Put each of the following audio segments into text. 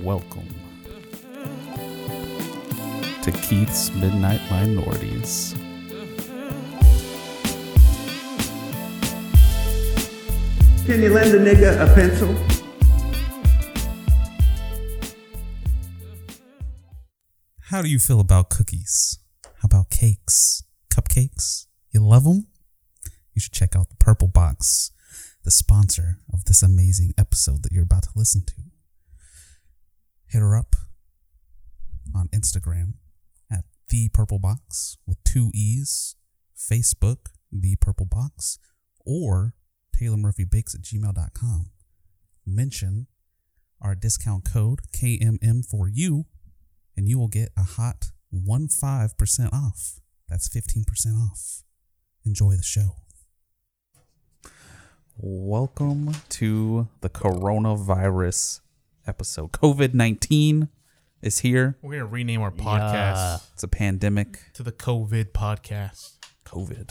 welcome to Keith's Midnight Minorities. Can you lend a nigga a pencil? How do you feel about cookies? How about cakes? Cupcakes? You love them? You should check out the Purple Box, the sponsor of this amazing episode that you're about to listen to. Hit her up on Instagram at the Purple Box with two E's, Facebook, the Purple Box, or TaylorMurphyBakes at gmail.com. Mention our discount code KMM for you and you will get a hot 15% off. That's 15% off. Enjoy the show. Welcome to the coronavirus episode. COVID 19 is here. We're gonna rename our podcast It's a pandemic. to the COVID podcast. COVID.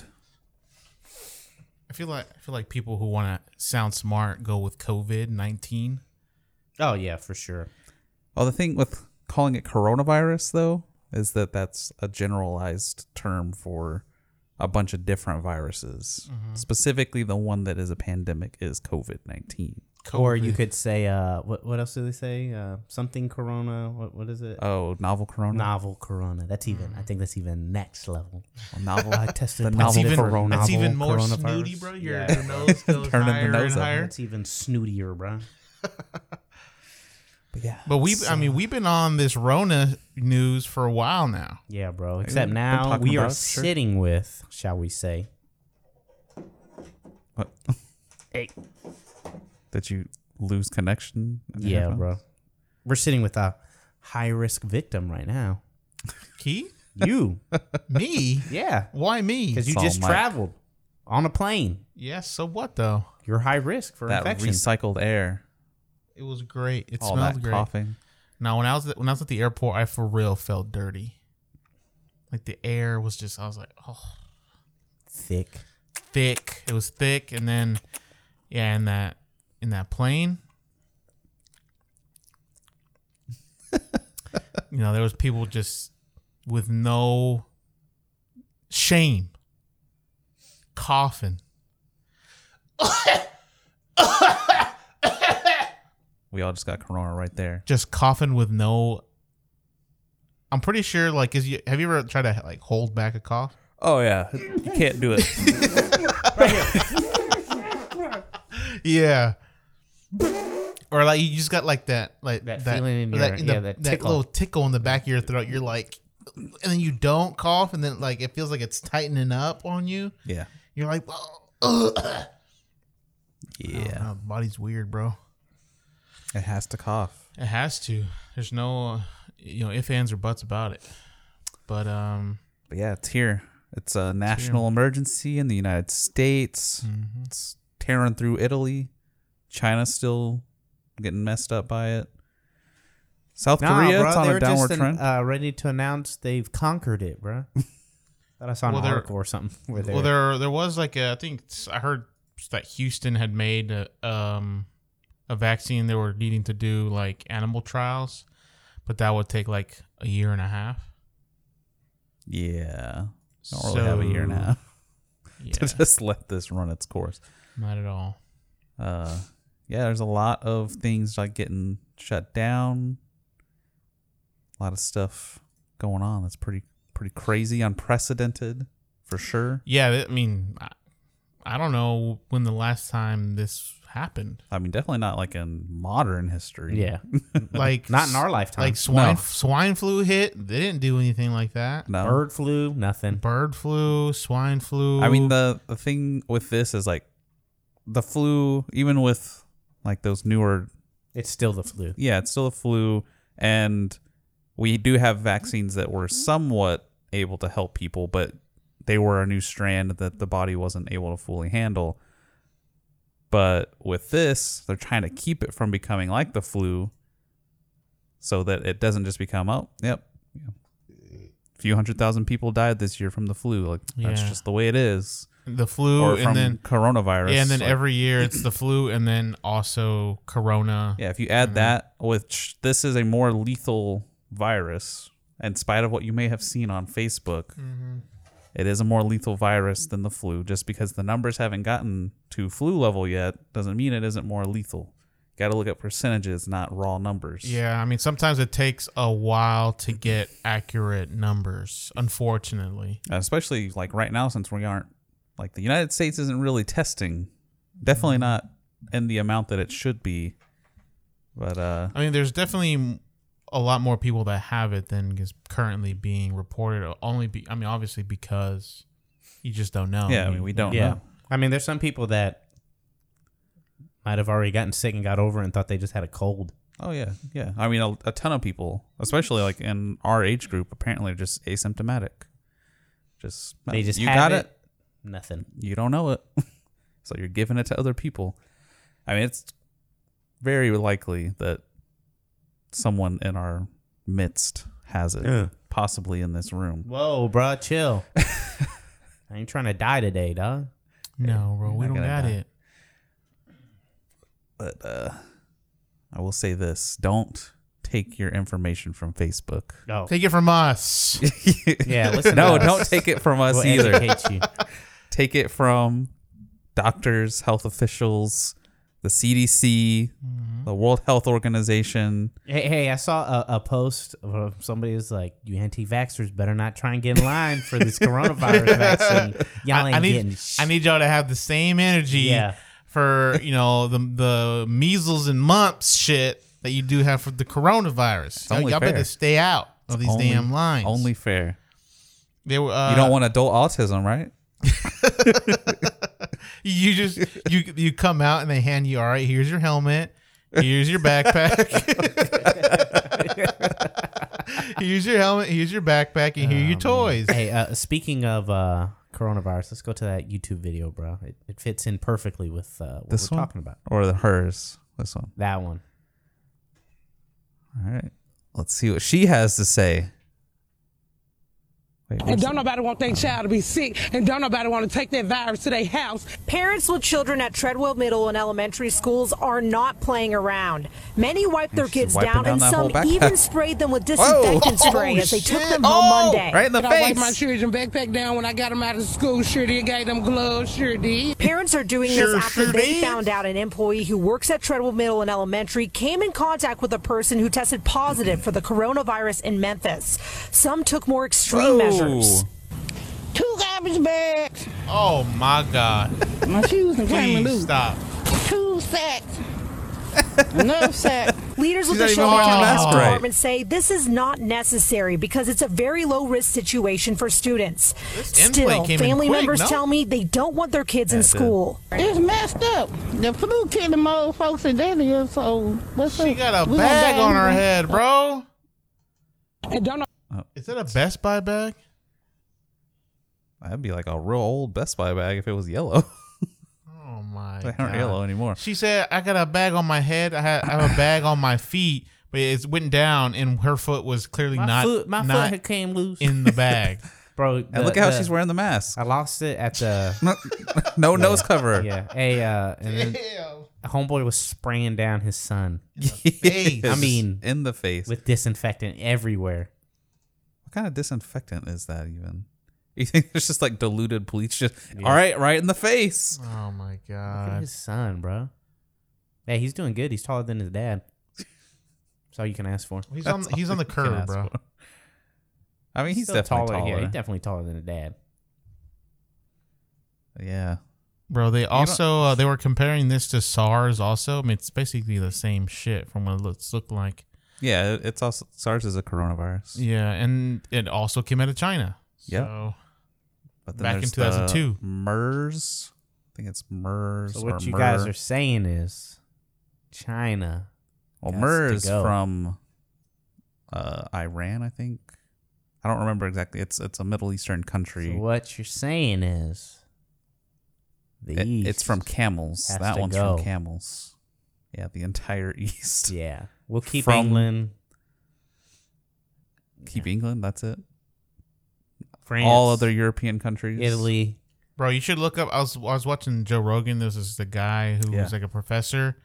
I feel like I feel like people who want to sound smart go with COVID nineteen. Oh yeah, for sure. Well, the thing with calling it coronavirus, though, is that that's a generalized term for a bunch of different viruses. Specifically, the one that is a pandemic is COVID 19. Or you could say, uh, what what else do they say? Uh, something Corona. What what is it? Oh, novel corona? Novel Corona. That's even. I think that's even next level. novel. I Mm. tested the That's novel even, corona. that's even more coronavirus. snooty, bro. Your, Yeah. your nose goes Turning the higher nose and up. higher. That's even snootier, bro. But yeah. But we, I mean, we've been on this Rona news for a while now. Yeah, bro. Except been now talking we are about it, sure. sitting with, shall we say? What? Hey. Did you lose connection? in your Yeah, headphones? bro. We're sitting with a high risk victim right now. Key You. me? yeah. Why me? Because you Saw just Mike. traveled on a plane. Yes. So what though? You're high risk for That infection. recycled air, It was great. It all smelled that great. coughing. Now when I was at, when I was at the airport, I for real felt dirty. Like the air was just. I was like, oh. Thick. thick. It was thick, and then yeah, in that in that plane, you know, there was people just with no shame coughing. We all just got corona right there. just coughing with no. I'm pretty sure, like, is you have you ever tried to like hold back a cough? Oh yeah, you can't do it. Yeah. Or like you just got like that, like That feeling in your- yeah, that tickle. little tickle in the back of your throat. You're like, and then you don't cough, and then like it feels like it's tightening up on you. yeah, You're like, oh, ugh. yeah. Oh, body's weird, bro. It has to cough. It has to. There's no, uh, you know, if ands or buts about it. But um, But yeah, it's here. It's a national emergency in the United States. It's tearing through Italy. China's still getting messed up by it. South Nah, Korea, bro, it's on they a were downward just trend. uh, ready to announce they've conquered it, bro. Thought I saw an Well, they're- article or something. Where well, they're- there there was like a, I think s- I heard that Houston had made a, um a vaccine they were needing to do like animal trials, but that would take like a year and a half. yeah, don't really have a year So, now Yeah, to just let this run its course. not at all. uh yeah there's a lot of things like getting shut down a lot of stuff going on that's pretty pretty crazy unprecedented for sure Yeah, I mean, I, I don't know when the last time this happened. i mean definitely not like in modern history yeah, Like not in our lifetime. Like swine swine flu hit, they didn't do anything like that. no bird flu, nothing. Bird flu, swine flu. i mean the the thing with this is like the flu even with like those newer It's still the flu. yeah, it's still a flu, and we do have vaccines that were somewhat able to help people, but they were a new strand that the body wasn't able to fully handle. But with this, they're trying to keep it from becoming like the flu, so that it doesn't just become oh, yep, yeah. a few hundred thousand people died this year from the flu. Like that's Yeah. just the way it is. the flu, or from and then coronavirus. yeah, and then like- every year it's the flu, and then also corona. yeah, if you add that, which this is a more lethal virus, in spite of what you may have seen on Facebook, it is a more lethal virus than the flu. Just because the numbers haven't gotten to flu level yet doesn't mean it isn't more lethal. Got to look at percentages, not raw numbers. Yeah, I mean sometimes it takes a while to get accurate numbers, unfortunately. Uh, especially like right now since we aren't like the United States isn't really testing, definitely not in the amount that it should be. But uh, I mean, there's definitely a lot more people that have it than is currently being reported. Only, be, I mean, obviously because you just don't know. yeah, I mean we don't yeah. know. I mean, there's some people that might have already gotten sick and got over it and thought they just had a cold. Oh yeah, yeah. I mean a, a ton of people, especially like in our age group, apparently are just asymptomatic. Just uh, They just you have got it. Nothing. you don't know it, so you're giving it to other people. I mean it's very likely that someone in our midst has it, Yeah. possibly in this room. Whoa, bro, chill. I ain't trying to die today, dog. no, bro, we You're don't not gonna got die. it. but uh, I will say this: don't take your information from Facebook. Oh, Take it from us. yeah. Listen, no, to us. don't take it from us We'll either. educate you. Take it from doctors, health officials, the CDC, Mm-hmm. the World Health Organization. Hey, hey, I saw a, a post of somebody was like, "You anti-vaxxers better not try and get in line for this coronavirus vaccine. Y'all ain't I getting need, sh- I need y'all to have the same energy Yeah. for you know the the measles and mumps shit that you do have for the coronavirus. Y'all, only y'all fair. better stay out of these Only- damn lines. Only fair. they were. Uh, You don't want adult autism, right? You just you you come out and they hand you all right. Here's your helmet. Here's your backpack. here's your helmet. Here's your backpack, and here are your Oh, toys. Hey, uh, speaking of uh, coronavirus, let's go to that YouTube video, bro. It, it fits in perfectly with uh, what This we're one? talking about. Or the hers? This one. That one. All right. Let's see what she has to say. Wait, And where's- don't nobody want their child to be sick. And don't nobody want to take that virus to their house. Parents with children at Treadwell Middle and elementary schools are not playing around. Many wiped their She's kids wiping down, down and that whole some backpack. even sprayed them with disinfectant spray as they took them home Monday. Oh, right in the Did I wipe face. my children backpack down when I got them out of school? Sure did. Gave them gloves. Sure did. Parents are doing Sure, this after sure they did. found out an employee who works at Treadwell Middle and Elementary came in contact with a person who tested positive for the coronavirus in Memphis. Some took more extreme measures. Ooh. Two garbage bags. Oh my god! My shoes and came Please loose. stop. Two sacks. Enough sack. Leaders with not the even Shelby wearing a County mask Health right. Department say this is not necessary because it's a very low risk situation for students. end Still, plate came in family quick, members no? tell me they don't want their kids in school. It's messed up. The flu killing my old folks and that is so. What's She up? got a We gonna bag die on her anyway. head, bro. And don't Is that a Best Buy bag? That'd be like a real old Best Buy bag if it was yellow. Oh my they aren't god! yellow anymore. She said, "I got a bag on my head. I have, I have a bag on my feet, but it went down, and her foot was clearly My not foot, my not foot came loose, in the bag." bro. And the- look at how the- she's wearing the mask. I lost it at the no nose cover. yeah. Hey, uh, and then homeboy was spraying down his son Yes. I mean- in the face. with disinfectant everywhere. what kind of disinfectant is that even? You think it's just like diluted bleach? Just all right, right in the face. oh my Look at god! his son, bro. Hey, he's doing good. He's taller than his dad. That's all you can ask for. He's on he's on the Can curb, ask bro. for. I mean, he's Still definitely taller. Yeah, Yeah, he's definitely taller than his dad. Bro, they also uh, they were comparing this to SARS. Also, I mean, it's basically the same shit from what it looks looked like. yeah. it- It's also SARS is a coronavirus. Yeah, and it also came out of China. Yep. So, But then Back in there's the 2002. MERS. I think it's MERS. So or what you MER. guys are saying is, China. Well, Gots Mur to is go. from uh, Iran, I think. I don't remember exactly. It's it's a Middle Eastern So country. what you're saying is, the It- East. it's from camels. has That to one's go. from camels. Yeah, the entire East. Yeah, we'll keep From- England, Keep England. That's it. France, All other European countries. Italy. Bro, you should look up. I was I was watching Joe Rogan. This is the guy who Yeah. was like a professor.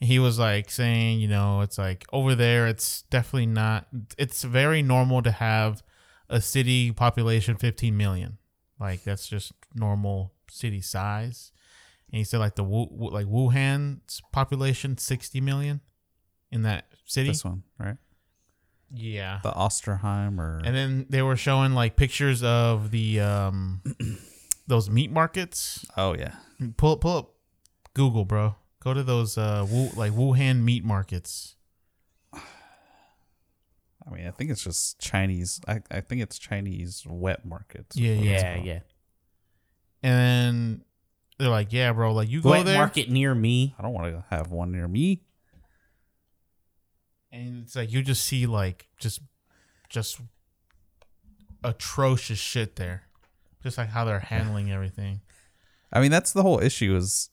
He was like saying, you know, it's like over there, it's definitely not. It's very normal to have a city population 15 million. Like that's just normal city size. And he said like the Wu, Wu- like Wuhan's population 60 million in that city. This one, right? Yeah. The Osterheim or And then they were showing like pictures of the um those meat markets oh yeah, pull pull up Google, bro. Go to those uh Wu, like Wuhan meat markets. I mean I think it's just Chinese. I, I think it's Chinese wet markets. Yeah, yeah. Yeah, yeah. And then they're like, yeah, bro, like you Go go at there, market near me. I don't want to have one near me. and it's like you just see like just just atrocious shit there, just like how they're handling everything. I mean, that's the whole issue is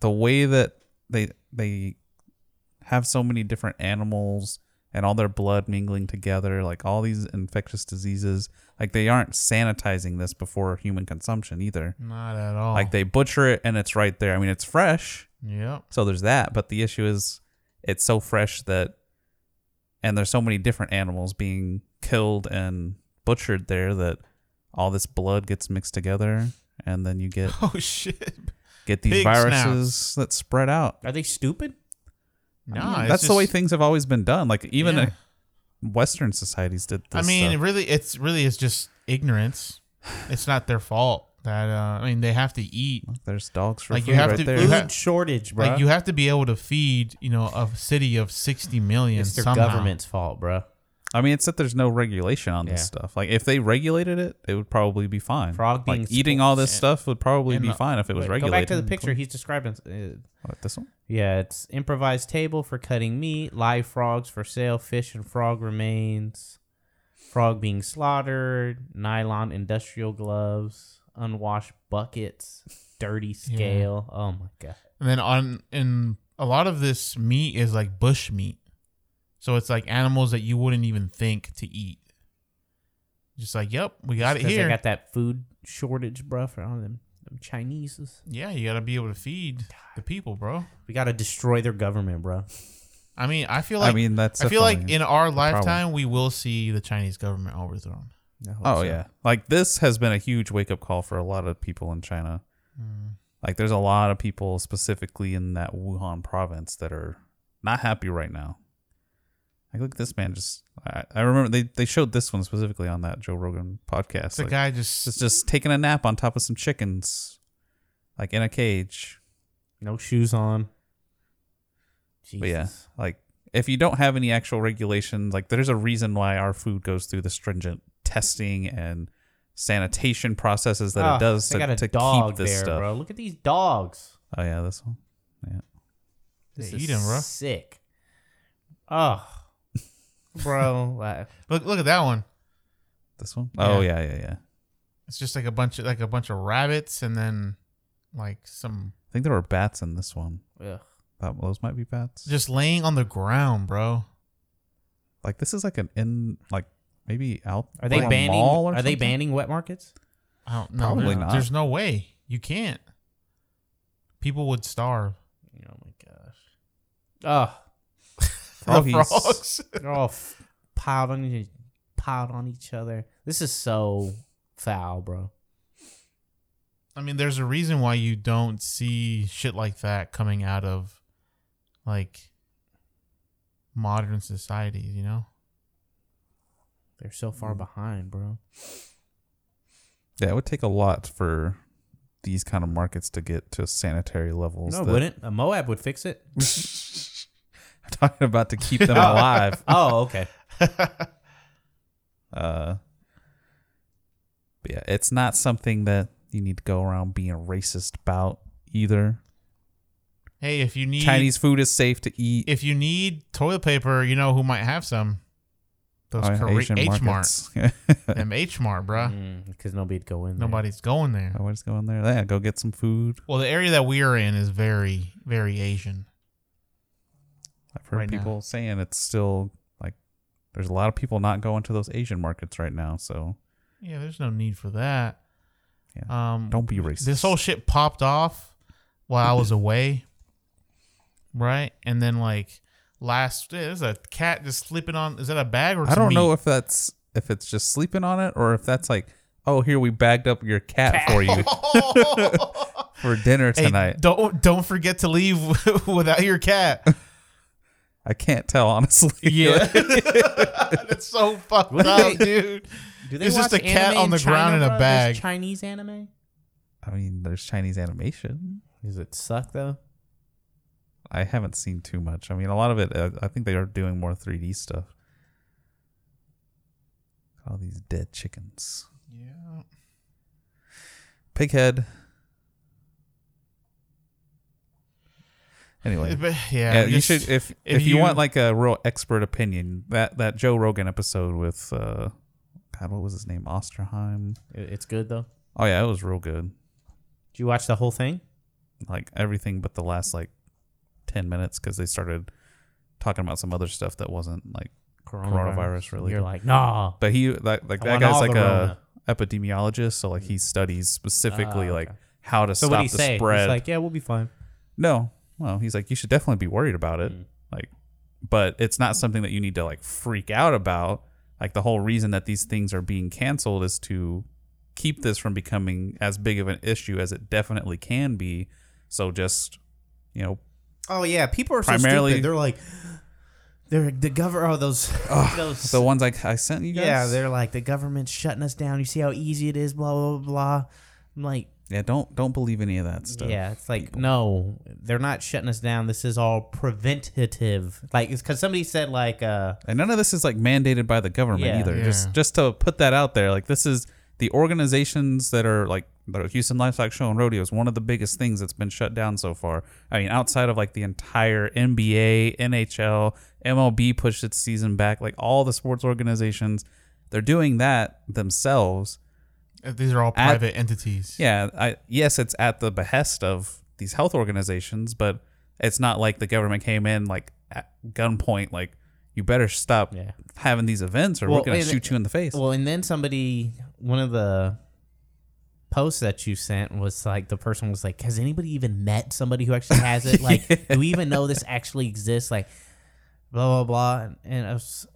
the way that they they have so many different animals and all their blood mingling together, like all these infectious diseases. Like they aren't sanitizing this before human consumption either. Not at all. Like they butcher it and it's right there. I mean, it's fresh, Yep. so there's that. But the issue is it's so fresh that, and there's so many different animals being killed and butchered there that all this blood gets mixed together, and then you get Oh shit. get these Pig viruses that spread out. Are they stupid? Nah, it's That's the way just- things have always been done. Like even Yeah. uh, Western societies did. This I mean, it stuff. really, it's really is just ignorance. It's not their fault that uh, I mean they have to eat. there's dogs for like, food you have right to- there. you Food ha- shortage, bro. Like you have to be able to feed, you know, a city of sixty million it's their somehow. government's fault, bro. I mean, it's that there's no regulation on this Yeah. stuff. Like if they regulated it, it would probably be fine. Frog like, being eating spoiled. all this stuff would probably And be the- fine if it was Wait, Go regulated. back to the picture he's describing. Uh, What, this one. yeah, it's improvised table for cutting meat, live frogs for sale, fish and frog remains, frog being slaughtered, nylon industrial gloves, unwashed buckets, dirty scale. Oh my god. And then on and a lot of this meat is like bush meat. So it's like animals that you wouldn't even think to eat. Just like, yep, we got it Because here. They got that food shortage, bro, for all them, them Chineses. yeah, you gotta be able to feed the people, bro. We got to destroy their government, bro. I mean, I feel like I mean, that's. I feel like definitely- in our lifetime we will see the Chinese government overthrown. Oh yeah, like this has been a huge wake up call for a lot of people in China. Like there's a lot of people specifically in that Wuhan province that are not happy right now. Like look, at this man just. I, I remember they, they showed this one specifically on that Joe Rogan podcast. It's a like, guy just just just taking a nap on top of some chickens, like in a cage. No shoes on. But yeah, Jesus. like if you don't have any actual regulations, like there's a reason why our food goes through the stringent testing and sanitation processes that Oh, it does to, they got a to dog keep this there, stuff. bro. Look at these dogs. Oh yeah, this one. Yeah. They This eat is 'em, bro. Sick. Oh, bro. like, look look at that one. This one? Oh Yeah. yeah, yeah, yeah. I It's just like a bunch of like a bunch of rabbits and then like some think there were bats in this one. ugh. That, those might be bats. just laying on the ground, bro. like this is like an in like maybe out. Are they like a banning? mall Are or they something? banning wet markets? I don't know. Probably There's, not. there's no way. You can't. People would starve. Oh my gosh. Oh, Froggies. The frogs. they're all f- piled on each- piled on each other. This is so foul, bro. I mean, there's a reason why you don't see shit like that coming out of like modern societies, you know? They're so far behind, bro. Yeah, it would take a lot for these kind of markets to get to sanitary levels. No, it that- wouldn't. A Moab would fix it. I'm talking about to keep them alive. Oh, okay. Uh, but yeah, it's not something that you need to go around being racist about either. Hey, if you need Chinese food is safe to eat. if you need toilet paper, you know who might have some? Those Oh, yeah, Kore- Asian H Mart. markets. Mm, Them H Mart, bruh. Because Mm, nobody'd go in. There. Nobody's going there. I was going there. Yeah, go get some food. Well, the area that we are in is very, very Asian. I've heard Right now. people saying it's still like there's a lot of people not going to those Asian markets right now. So Yeah, there's no need for that. Um, Don't be racist. this whole shit popped off while I was away, right? And then like last, eh, there's a cat just slipping on. Is that a bag or? I don't know meat? if that's if it's just sleeping on it or if that's like, oh, here we bagged up your cat, for you for dinner Hey, tonight. don't don't forget to leave without your cat. I can't tell honestly. Yeah, that's so fucked What do up, they- dude. Do they It's just watch a cat anime on in the China, ground in a bro? There's bag. Chinese anime? I mean, there's Chinese animation. Does it suck though? I haven't seen too much. I mean, a lot of it. Uh, I think they are doing more 3D stuff. All these dead chickens. Yeah. Pighead. Anyway, But yeah, yeah, you just- should if if, if you, you- want like a real expert opinion that that Joe Rogan episode with uh, God, what was his name? Osterheim. It- It's good though. Oh yeah, it was real good. Did you watch the whole thing? Like everything but the last like ten minutes because they started talking about some other stuff that wasn't like Coronavirus, really. You're like, nah. But he like like that I want guy's all like the a Rona. epidemiologist, so like he studies specifically Ah, like okay. how to So stop what the he say? spread. He's like, yeah, we'll be fine. no, well, he's like you should definitely be worried about Mm. it, like, but it's not something that you need to like freak out about. Like the whole reason that these things are being canceled is to keep this from becoming as big of an issue as it definitely can be. So just you know, Oh yeah, people are Primarily- so stupid. They're like, they're the government. Oh, those, those. the ones like I sent you guys. yeah, they're like the government's shutting us down. You see how easy it is. Blah blah blah. I'm like, yeah. Don't don't believe any of that stuff. yeah, it's like no, they're not shutting us down. This is all preventative. Like, it's because somebody said like, uh, And none of this is like mandated by the government Yeah. either. Yeah. Just just to put that out there, like this is the organizations that are like the Houston Livestock Show and Rodeo is one of the biggest things that's been shut down so far. I mean, outside of like the entire NBA, NHL, MLB pushed its season back, like all the sports organizations, they're doing that themselves. eh, these are all At- private entities. Yeah, I yes, it's at the behest of these health organizations, but it's not like the government came in like at gunpoint, like you better stop Yeah. having these events or Well, we're gonna and- shoot you in the face. well, and then somebody, one of the posts that you sent was like the person was like, has anybody even met somebody who actually has it? Like, do we even know this actually exists? Like, blah blah blah. And, and I was,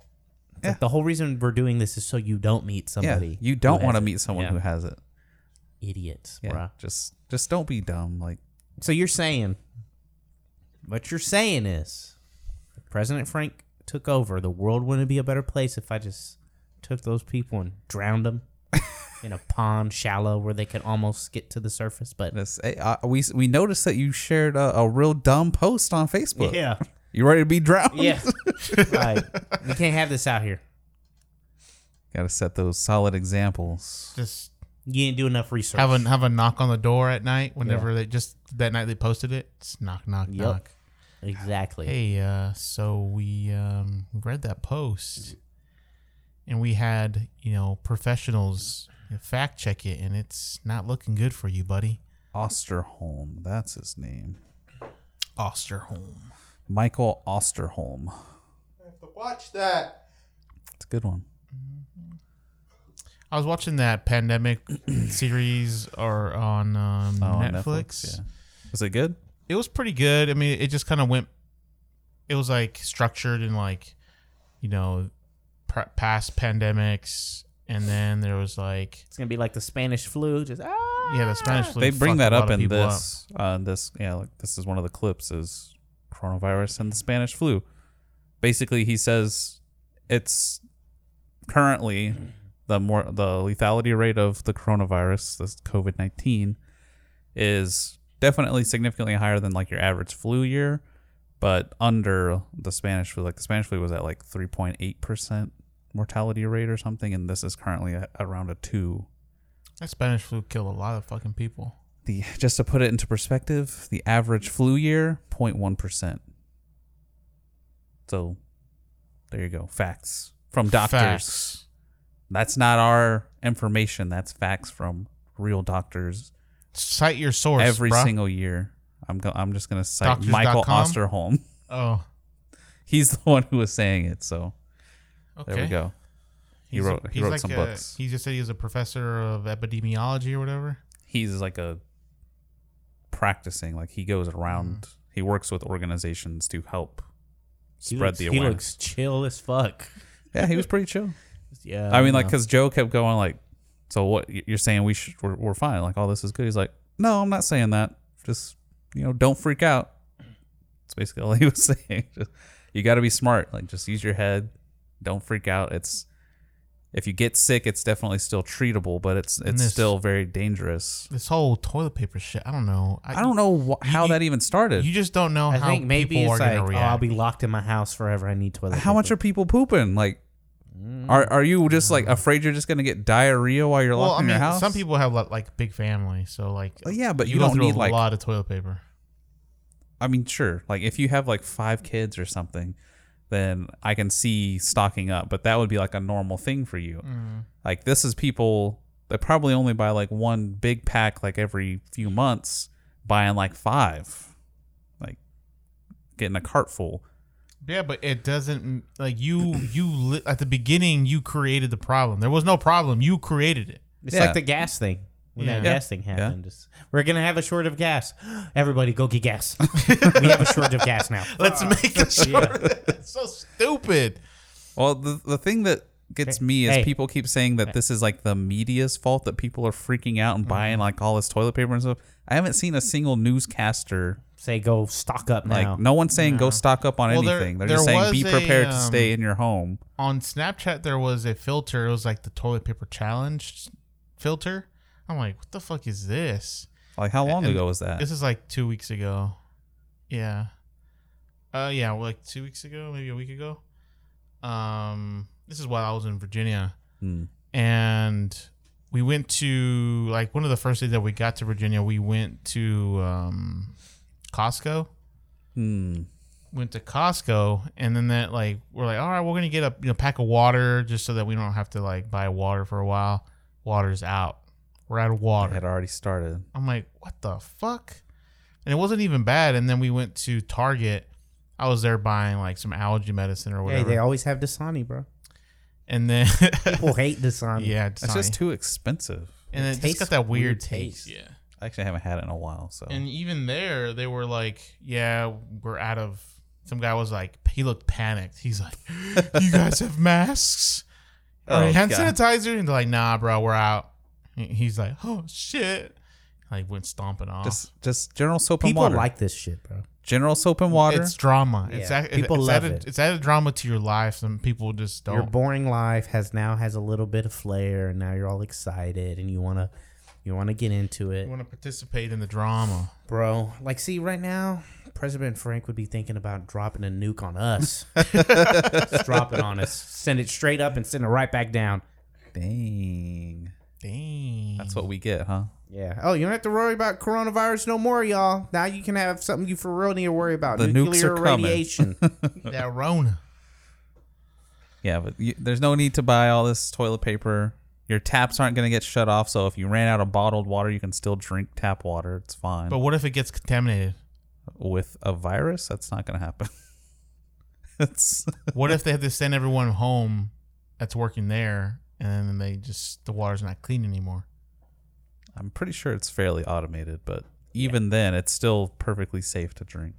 it's Yeah. like the whole reason we're doing this is so you don't meet yeah, somebody. you don't who want to has it. meet someone Yeah. who has it. idiots, Yeah, bruh. just just don't be dumb. Like So you're saying, what you're saying is, if President Frank took over, the world wouldn't be a better place if I just took those people and drowned them in a pond shallow where they could almost get to the surface. But this, hey, uh, we we noticed that you shared a, a real dumb post on Facebook. yeah, you ready to be drowned? yeah, like we can't have this out here. Got to set those solid examples. Just You didn't do enough research. have a have a knock on the door at night whenever they just that night they posted it. It's knock knock Yup. knock. exactly. Hey, uh, so we um, read that post, and we had you know professionals fact check it, and it's not looking good for you, buddy. Osterholm, that's his name. Osterholm. Michael Osterholm. Watch that. It's a good one. I was watching that pandemic series or on um, Oh, on Netflix. yeah. Was it good? It was pretty good. I mean, it just kind of went. It was like structured and like, you know, pr- past pandemics, and then there was like It's gonna be like the Spanish flu. Just ah, yeah, the Spanish flu. they bring fucked that a lot up of in people up. this. Uh, this yeah, like, this is one of the clips is coronavirus and the Spanish flu. Basically, he says it's currently the more the lethality rate of the coronavirus, this COVID nineteen, is definitely significantly higher than like your average flu year, but under the Spanish flu. Like the Spanish flu was at like three point eight percent mortality rate or something, and this is currently at around a two That Spanish flu killed a lot of fucking people. the just to put it into perspective, the average flu year 0.1%. So there you go. Facts from doctors. Facts. That's not our information. That's facts from real doctors Cite your source. every bruh. single year. I'm go- I'm just going to cite Doctors.com? Michael Osterholm. Oh, He's the one who was saying it, so okay. there we go. He wrote he he's wrote like some a- books. He just said he was a professor of epidemiology or whatever. he's like a practicing like he goes around Hmm. he works with organizations to help He spread looks- the He awareness looks chill as fuck. yeah he was pretty chill Yeah. i mean like no. because joe kept going like so what y- you're saying we should we're, we're fine like all this is good he's like no i'm not saying that just you know don't freak out it's basically all he was saying just, you got to be smart like just use your head don't freak out it's if you get sick it's definitely still treatable but it's it's this- still very dangerous This whole toilet paper shit. I don't know. i don't know wh- how you- that even started You just don't know I how think maybe people it's are like, gonna oh, react. I'll be locked in my house forever. I need toilet. how much are paper. people pooping? Like, are are you just Mm. like afraid you're just gonna get diarrhea while you're well, locked I in mean, your house? some people have like, like big family, so like Well, yeah, but you go don't through need, a like- lot of toilet paper. I mean, sure. Like, if you have like five kids or something, then I can see stocking up. But that would be like a normal thing for you. Mm-hmm. Like, this is people that probably only buy like one big pack like every few months, buying like five, like getting a cart full. Yeah, but it doesn't like you. You li- at the beginning you created the problem. There was no problem. You created it. It's Yeah. like the gas thing. When that Yeah. gas thing happened, just, we're gonna have a shortage of gas. Everybody, go get gas. we have a shortage of gas now. Let's make it short. It's so stupid. Well, the the thing that gets Hey, me is hey. people keep saying that this is like the media's fault that people are freaking out and Mm-hmm. buying like all this toilet paper and stuff. I haven't seen a single newscaster Say, go stock up like now. no one's saying go stock up on Well, there- anything. They're there just saying be was a, prepared to um, stay in your home. On Snapchat, there was a filter. It was like the toilet paper challenge filter. I'm like, what the fuck is this? Like how long and ago was that? This is like two weeks ago. Yeah. Uh yeah, well, like two weeks ago, maybe a week ago. Um this is while I was in Virginia. Hmm. And we went to like one of the first days that we got to Virginia, we went to um Costco. Hmm. Went to Costco and then that like we're like, all right, we're gonna get a you know pack of water just so that we don't have to like buy water for a while. Water's out. We're out of It water. had already started. I'm like, what the fuck? And it wasn't even bad. And then we went to Target. I was there buying like some allergy medicine or hey, whatever. they always have Dasani, bro. and then People hate Dasani. yeah, It's Dasani. just too expensive. and it it just tastes got that weird, weird taste. taste. Yeah. I actually haven't had it in a while, so And even there, they were like, yeah, we're out of. Some guy was like, he looked panicked. He's like, you guys have masks? Or Oh, hand God. sanitizer? And they're like, nah, bro, we're out. And He's like, oh, shit. Like, went stomping off. just just general soap People and water. like this shit, bro. general soap and water. It's drama. It's Yeah. act- People it's love added, it. It's added drama to your life. Some people just Your don't. boring life has now has a little bit of flair, and now you're all excited, and you wanna you wanna get into it. You want to participate in the drama. Bro, like, see, right now, President Frank would be thinking about dropping a nuke on us. Just drop it on us. Send it straight up and send it right back down. Dang. Dang. That's what we get, huh? Yeah. Oh, you don't have to worry about coronavirus no more, y'all. Now you can have something you for real need to worry about The nukes nuclear are coming. radiation. Oh, that Rona. Yeah, but you, there's no need to buy all this toilet paper. Your taps aren't going to get shut off, so if you ran out of bottled water, you can still drink tap water. It's fine. But But what if it gets contaminated? with a virus, that's not going to happen. it's What if they have to send everyone home that's working there and then they just, the water's not clean anymore? I'm pretty sure it's fairly automated, but even then, it's still perfectly safe to drink.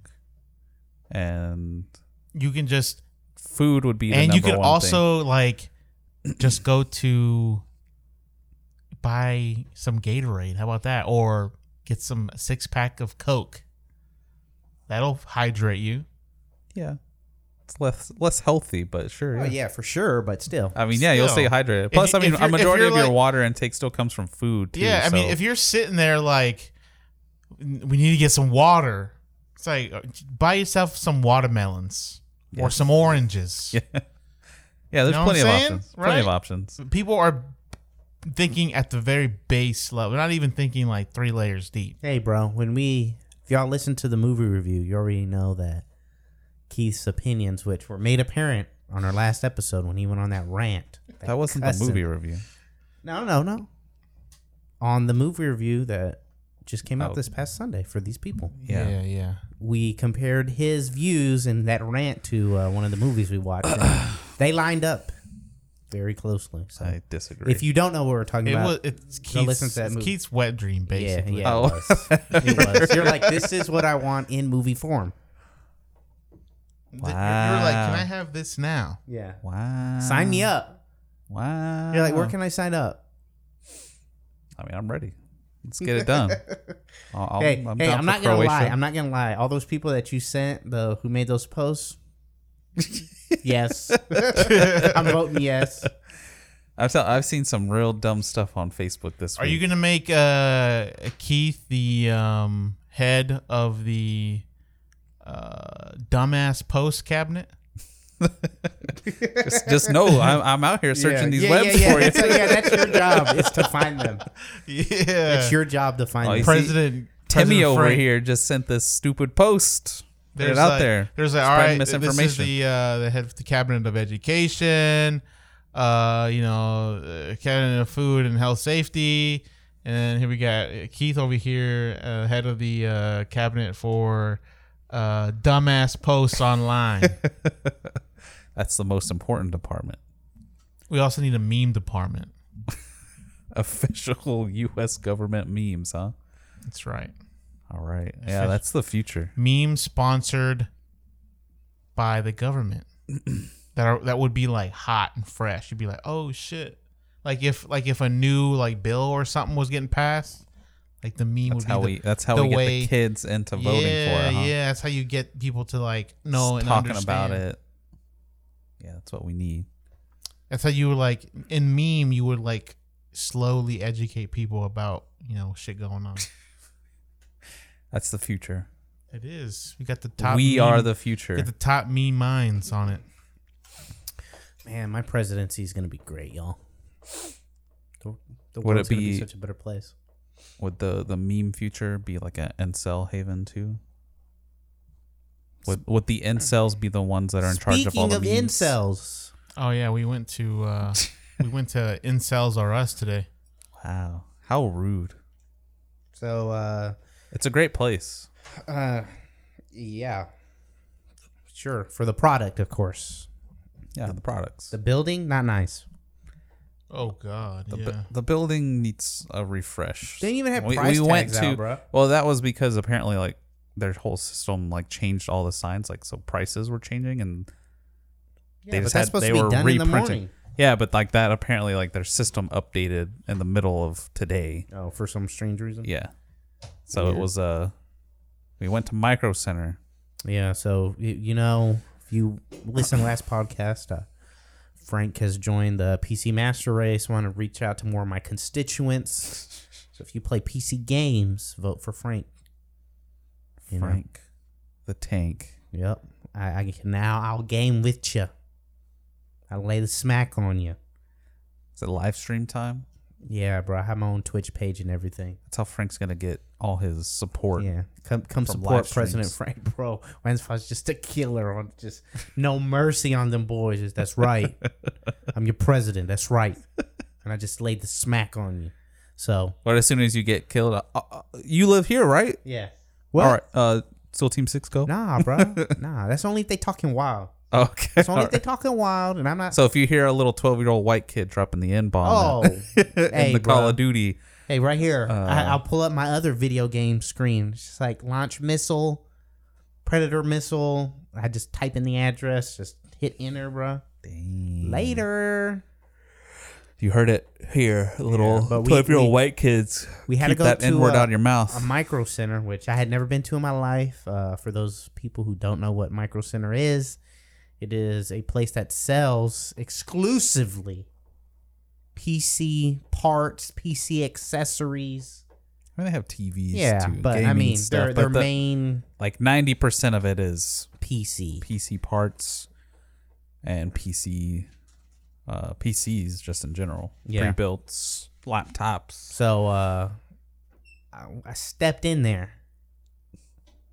And You can just, food would be the and you number could one thing. also, like, just go to buy some Gatorade. How about that? Or get some six pack of Coke. That'll hydrate you. yeah. It's less less healthy, but sure. oh, yeah, for sure, but still. I mean, yeah, you'll Still. stay hydrated. Plus, I if mean, you're- a if majority you're of your like- water intake still comes from food. Too, Yeah, I mean, so- if you're sitting there like, we need to get some water. It's like uh, buy yourself some watermelons or some oranges. yeah, there's know what plenty I'm of saying? options. Plenty of Right? options. People are thinking at the very base level. They're not even thinking like three layers deep. Hey, bro, when we, if y'all listen to the movie review, you already know that Keith's opinions, which were made apparent on our last episode when he went on that rant. That wasn't the cussing. movie review. No, no, no. On the movie review that just came out Oh. this past Sunday for these people, Yeah. yeah. yeah. we compared his views and that rant to uh, one of the movies we watched. and they lined up. very closely. So I disagree. if you don't know what we're talking It about, was it's go Keith's, listen to that it's movie. Keith's wet dream yeah, basically. yeah, Oh. it was. It was. You're like, this is what I want in movie form. Th- You're, you're like, can Wow. I have this now? Yeah. wow, Sign me Uh-huh. up. Wow, You're like, where can I sign up? I mean, I'm ready. Let's get it done. I'll, I'll- hey, hey, down I'm for not gonna Croatia. lie. I'm not gonna lie. All those people that you sent, the who made those posts. yes, I'm voting yes. I've, tell, I've seen some real dumb stuff on Facebook this Are week. you gonna make uh, Keith the um, head of the uh, dumbass post cabinet? just, just know I'm, I'm out here searching these webs yeah, for you. That's, yeah, that's your job. It's to find them. Yeah, It's your job to find Oh, them. you see- President Timmy President over Frank. here just sent this stupid post. Get it out like- there. There's like, all Spreading right, misinformation. this is the uh, the head of the cabinet of education, uh, you know, uh, cabinet of food and health safety, and here we got uh, Keith over here, uh, head of the uh, cabinet for uh, dumbass posts online. That's the most important department. we also need a meme department. Official U.S. government memes, huh? That's right, All right. Yeah, that's the future. meme sponsored by the government. that are that would be like hot and fresh. You'd be like, oh shit. Like if like if a new like bill or something was getting passed, like the meme That's would be how the, we. That's how the we get way- the kids into yeah, voting for it. Huh? Yeah, that's how you get people to like know Just and talking about understand. it. Yeah, that's what we need. That's how you were like in meme. You would like slowly educate people about you know shit going on. That's the future. it is. We got the top. we meme- are the future. Get the top meme minds on it. Man, my presidency is gonna be great, y'all. The, the Would it world's gonna be be- such a better place. Would the the meme future be like an incel haven too? Would would the incels be the ones that are in charge of all Speaking the of memes? incels, Oh yeah, we went to uh we went to Incels R Us today. Wow, how rude! so uh, It's a great place. uh, yeah, sure. For the product, of course. Yeah, the products. The building, not nice. Oh god, The, bu- yeah. the building needs a refresh. They didn't even have price tags out, bruh. Well, that was because apparently, like their whole system like changed all the signs, like so prices were changing, and they but just that's had supposed they to be were done in the reprinting. morning. yeah, but like that apparently, like their system updated in the middle of today. Oh, for some strange reason. Yeah, so it was uh, we went to Micro Center. Yeah, so you, you know, if you listen to last podcast, uh, Frank has joined the PC Master Race. Want to reach out to more of my constituents. So if you play PC games, vote for Frank. You know? Frank, the tank. Yep. I, I can- now I'll game with you. I lay the smack on you. Is it live stream time? Yeah, bro. I have my own Twitch page and everything. That's how Frank's gonna get all his support. Yeah, come come From support live President streams. Frank, bro. Wensfield's just a killer on just no mercy on them boys. That's right. I'm your president. That's right. And I just laid the smack on you. So But as soon as you get killed, uh, uh, you live here, right? yeah. Well, All right. Uh, still Team Six go. nah, bro. Nah, that's only if they talking wild. Okay. That's only all if they right. talking wild, and I'm not. So if you hear a little twelve-year-old white kid dropping the N oh, bomb in hey, the bro. Call of Duty, Hey, right here. I, uh, I'll pull up my other video game screen. It's just like launch missile, predator missile. I just type in the address, just hit enter, bro. Later. you heard it here, little but we- twelve-year-old we- white kids. we had to keep go that to, N-word uh, out of your mouth. A micro center, which I had never been to in my life. Uh, for those people who don't know what micro center is, it is a place that sells exclusively PC parts, PC accessories. I mean, they have TVs. Yeah, too, but I gaming mean, stuff, their but their the- main like ninety percent of it is PC. PC parts and PC uh, PCs just in general. Yeah. Pre-built s- laptops. So uh, I, I stepped in there.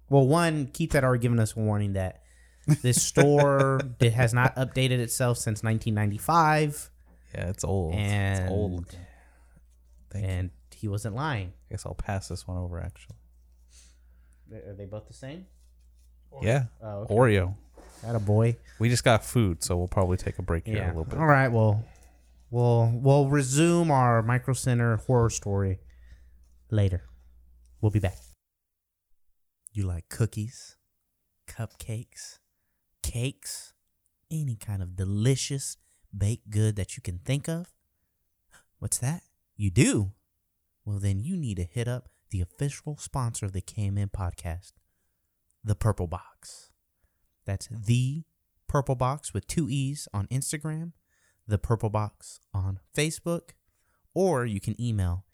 Well, one, Keith had already given us a warning that this store that has not updated itself since 1995, Yeah, it's old. and it's old. Thank you. and he wasn't lying. I guess I'll pass this one over actually. Are they both the same? Yeah. Oh, Oreo. That a boy. We just got food, so we'll probably take a break here a little bit. All right. Well, We'll we'll resume our micro center horror story later. We'll be back. You like cookies, cupcakes, cakes, any kind of delicious baked good that you can think of? What's that? You do? Well, then you need to hit up the official sponsor of the KMN podcast, The Purple Box. That's The Purple Box with two E's on Instagram, The Purple Box on Facebook, or you can email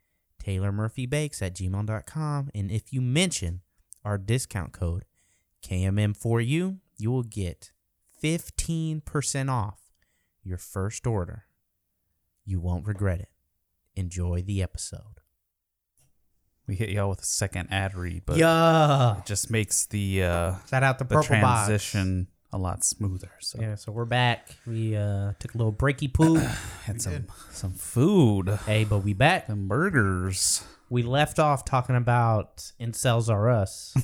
taylormurphybakes at gmail.com. And if you mention our discount code KMM4U, you will get 15% off your first order. You won't regret it. Enjoy the episode. We hit y'all with a second ad read, but yeah. it just makes the uh, Shout out the the purple transition a lot smoother. So box. Yeah, so we're back. We uh took a little breaky poo. had some some food, hey, but we back. some burgers. We left off talking about incels are us.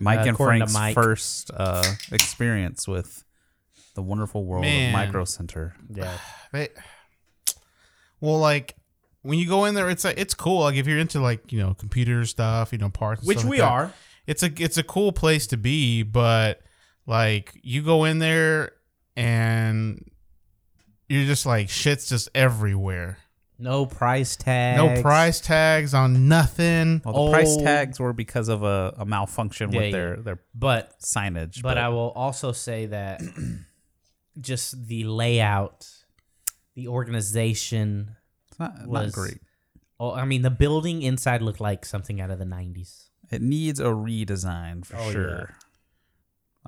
Mike Uh, and according to Frank's Mike. first uh, experience with the wonderful world Man. of Micro Center. yeah. They, well, like when you go in there, it's like it's cool. Like if you're into like you know computer stuff, you know parts, and Which stuff like we that, are. It's a it's a cool place to be, but like you go in there and you're just like shit's just everywhere. No price tag. No price tags on nothing. Well, the price Oh. tags were because of a, a malfunction Yeah, with their yeah. their But signage. but I will also say that just the layout, the organization. it's not, not was- great. Oh, I mean, the building inside looked like something out of the '90s. It needs a redesign for Oh, yeah. sure.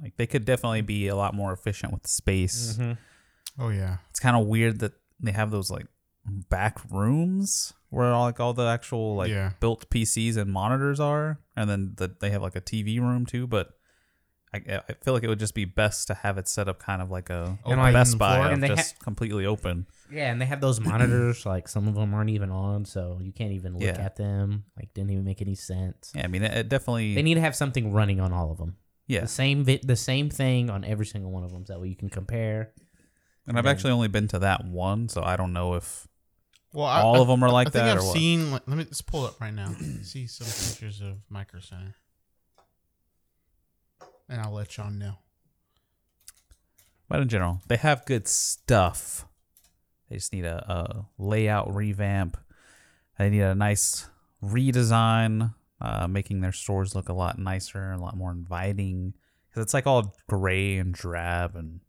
Like they could definitely be a lot more efficient with space. Mm-hmm. Oh yeah. It's kind of weird that they have those like back rooms where all, like all the actual like Yeah. built PCs and monitors are, and then the, they have like a TV room too. But I, I feel like it would just be best to have it set up kind of like a Open Best floor. Buy, And and they ha- just completely open. Yeah, and they have those monitors. like some of them aren't even on, so you can't even look Yeah. at them. Like, didn't even make any sense. Yeah, I mean it, it definitely. They need to have something running on all of them. yeah, The same vi- the same thing on every single one of them. So that way you can compare. and I've actually only been to that one, so I don't know if Well, all of them are like I think that I've or what. seen. Let me just pull it up right now. See some pictures of Micro Center, and I'll let y'all know. But in general, they have good stuff. They just need a, a layout revamp. They need a nice redesign, uh, making their stores look a lot nicer, a lot more inviting. Because it's like all gray and drab, and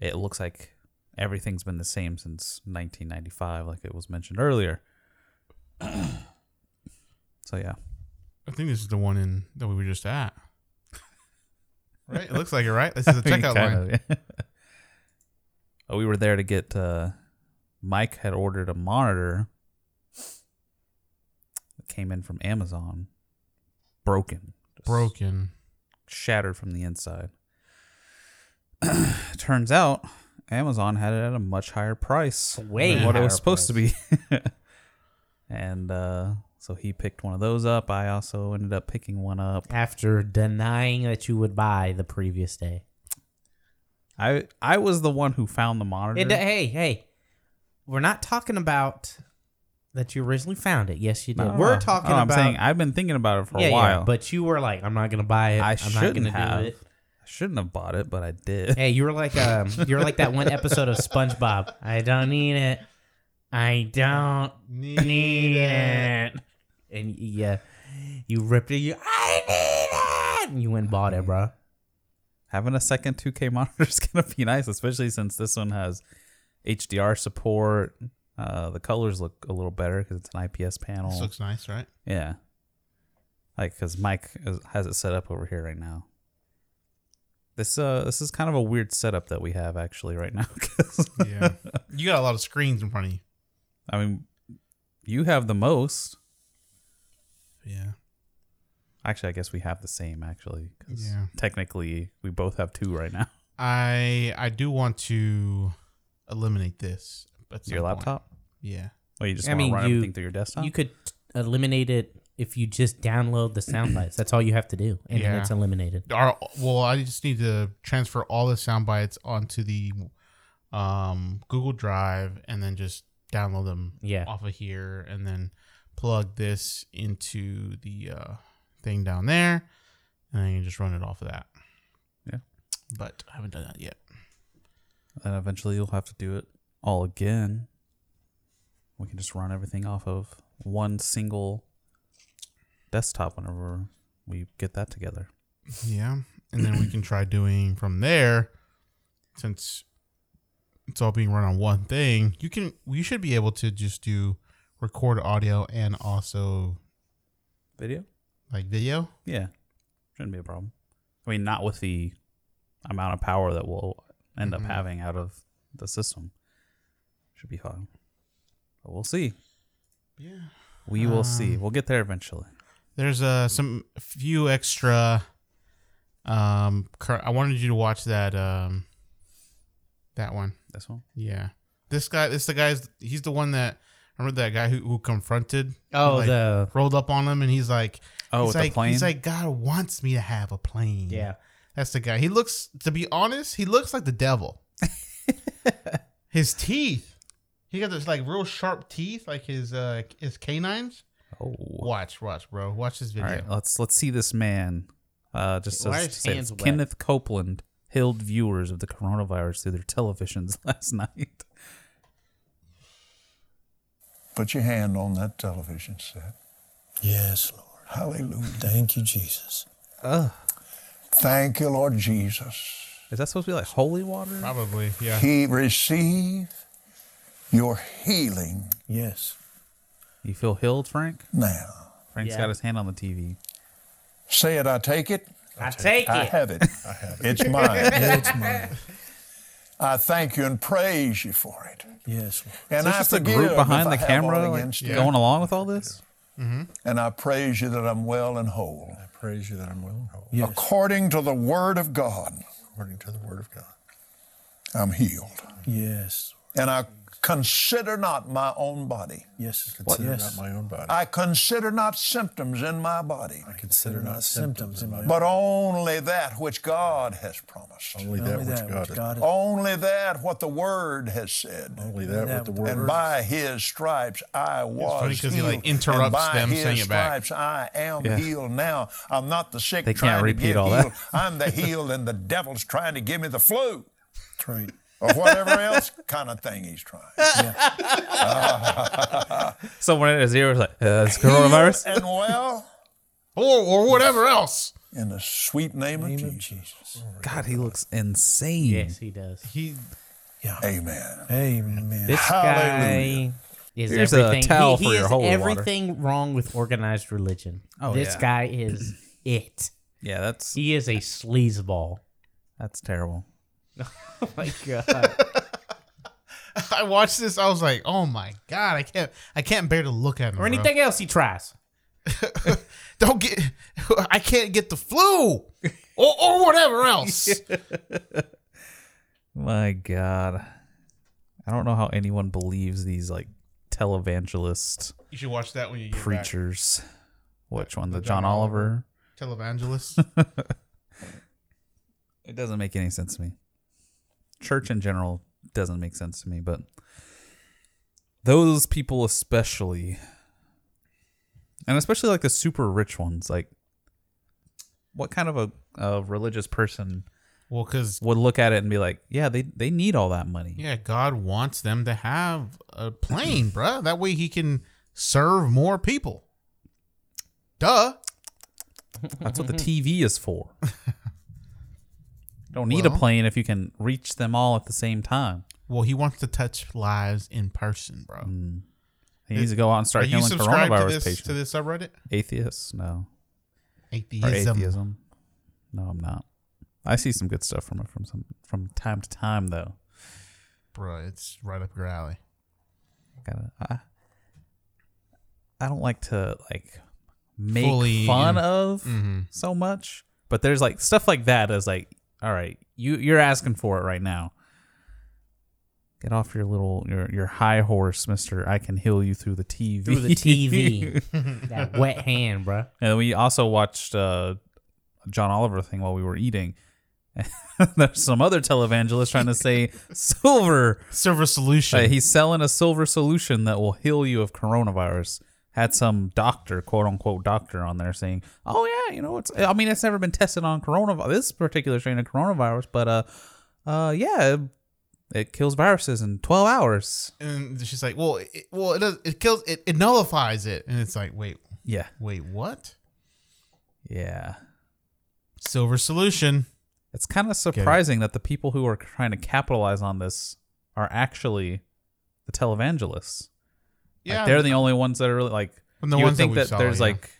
it looks like everything's been the same since 1995, like it was mentioned earlier. so yeah, I think this is the one in that we were just at. Right? It looks like it, right? This is the checkout line. Kind of, yeah. Uh, we were there to get. Uh, Mike had ordered a monitor. It came in from Amazon, broken, Just Broken. shattered from the inside. Turns out, Amazon had it at a much higher price Way than what it higher was supposed to be. and uh, so he picked one of those up. I also ended up picking one up. After denying that you would buy the previous day. I I was the one who found the monitor. It, hey, hey, we're not talking about that you originally found it. Yes, you did. No, no, we're no. talking No, about. Oh. I'm saying I've been thinking about it for yeah, a yeah, while. but but you were like, I'm not gonna buy it. I I'm not shouldn't gonna have. do it. I shouldn't have bought it, but I did. Hey, you were like um, you were like that one episode of SpongeBob. I don't need it. I don't need it. And yeah, you ripped it. You, I need it. And you went and bought it, bro. Having a second 2K monitor is gonna be nice, especially since this one has HDR support. Uh, the colors look a little better because it's an IPS panel. This looks nice, right? yeah, like because Mike is, has it set up over here right now. This uh, this is kind of a weird setup that we have actually right now. 'cause, Yeah. you got a lot of screens in front of you. I mean, you have the most. Yeah. Actually, I guess we have the same actually. 'cause Yeah. Technically, we both have two right now. I I do want to eliminate this. at some Your point. laptop? Yeah. Well, you just I want mean, to run you- everything through your Oh. desktop. You could eliminate it if you just download the sound bites. That's all you have to do, and then Yeah. it's eliminated. Our, well, I just need to transfer all the sound bites onto the um, Google Drive and then just download them Yeah. off of here and then plug this into the uh, thing down there and then you just run it off of that. Yeah. But I haven't done that yet. And eventually you'll have to do it all again. We can just run everything off of one single desktop whenever we get that together. Yeah. And then we can try doing from there since it's all being run on one thing. You can you should be able to just do record audio and also Video? like video. Yeah. Shouldn't be a problem. I mean, not with the amount of power that we'll end up having out of the system. Should be fine. But we'll see. Yeah. We will see. We'll get there eventually. There's uh some few extra um cur- I wanted you to watch that um that one. This one? Yeah. This guy this the guy's he's the one that remember that guy who, who confronted Oh, like, the rolled up on him and he's like Oh, he's with the like, plane? He's like, God wants me to have a plane. yeah. That's the guy. He looks, to be honest, he looks like the devil. his teeth. He got this like real sharp teeth, like his uh his canines. Oh. All Watch, watch, bro. Watch this video. right. Let's let's see this man. Uh, just Why are says, his says, hands wet? Kenneth Copeland hailed viewers of the coronavirus through their televisions last night. Put your hand on that television set. Yes, Lord. Hallelujah. Thank you, Jesus. Thank you, Lord Jesus. Is that supposed to be like holy water? Probably, yeah. He receive your healing Yes. You feel healed, Frank? now. Frank's Yeah. got his hand on the TV. Say it, I take it. I take I it. have it. I have it. It's mine. It's mine. I thank you and praise you for it. Yes, Lord. And Is I this just the forgive group if behind the I have camera aught like, against you. going along with all this? And I praise you that I'm well and whole. I praise you that I'm well and whole. Yes. According to the word of God, According to the word of God. I'm healed. Yes. And I consider not my own body. Yes. I What? consider not my own body. I consider not symptoms in my body, I consider not symptoms in my but only that which God has promised. only that which God, has- Only that what the Word has said. only that that with the which word. And by His stripes I was funny 'cause he, like, healed. interrupts and by them his saying it back. stripes I am Yeah. healed now. I'm not the sick They can't trying repeat to get all that. healed. I'm the healed, and the devil's trying to give me the flu That's right. or whatever else kind of thing he's trying. Someone at a zero is like, uh, it's coronavirus. And well, Or or whatever else. in the sweet name, Name of of Jesus. Jesus. God, he looks insane. Yes, he does. He Amen. Amen. This Hallelujah. guy is Here's a everything. towel he for he your is holy water. everything wrong with organized religion. Oh, this yeah. guy is it. Yeah, that's He is a sleazeball. that's terrible. Oh my god. I watched this, I was like, Oh my god, I can't I can't bear to look at him. or bro. anything else he tries. Don't get I can't get the flu. Or, or whatever else. My God, I don't know how anyone believes these like televangelist You should watch that when you get back. preachers. Which one? The, The John, John Oliver. Televangelist. It doesn't make any sense to me. Church in general doesn't make sense to me, but those people especially, and especially like the super rich ones, like what kind of a, a religious person well, because would look at it and be like, yeah, they they need all that money. Yeah, God wants them to have a plane, bruh. That way he can serve more people. Duh. That's what the TV is for. Don't need a Well- plane if you can reach them all at the same time. Well, he wants to touch lives in person, bro. He needs to go out and Are Mm. start you healing subscribed to coronavirus this patients. to this subreddit? Atheists? No. or um, Atheism. atheism. No, I'm not. I see some good stuff from it from some from time to time though. Bro, it's right up your alley. Gotta, I, I don't like to like make Fully- fun of Mm-hmm. so much, but there's like stuff like that is like, all right, you you're asking for it right now. Get off your little your your high horse, Mister. I can heal you through the TV. Through the TV. that wet hand, bruh. And we also watched uh, a John Oliver thing while we were eating, There's some other televangelist trying to say silver. Silver solution. Uh, he's selling a silver solution that will heal you of coronavirus. Had some doctor, quote unquote doctor, on there saying, "Oh yeah, you know, it's. I mean, it's never been tested on coronavirus. This particular strain of coronavirus, but uh, uh, yeah, it, it kills viruses in 12 hours. and she's like, "Well, it, well, it does, it kills it, it nullifies it." And it's like, "Wait, Yeah, wait, what?" yeah. Silver solution. It's kind of surprising that the people who are trying to capitalize on this are actually the televangelists. Yeah, like, they're the only ones that are really like. From the you would ones that think we that, saw, there's yeah. like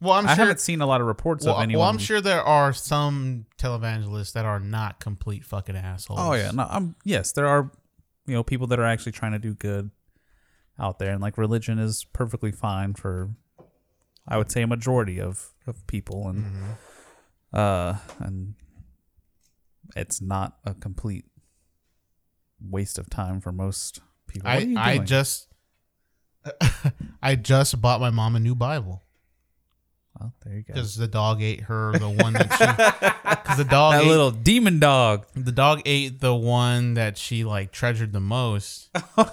well, I'm I sure. haven't seen a lot of reports well, of anyone. well, I'm sure there are some televangelists that are not complete fucking assholes. Oh yeah, no, I'm yes, there are you know people that are actually trying to do good out there, and like religion is perfectly fine for I would say a majority of of people, and Mm-hmm. uh, and it's not a complete waste of time for most people. What are I you I doing? just I just bought my mom a new Bible well, there you go. because the dog ate her the one that she because the dog that ate, little demon dog. the dog ate the one that she like treasured the most. How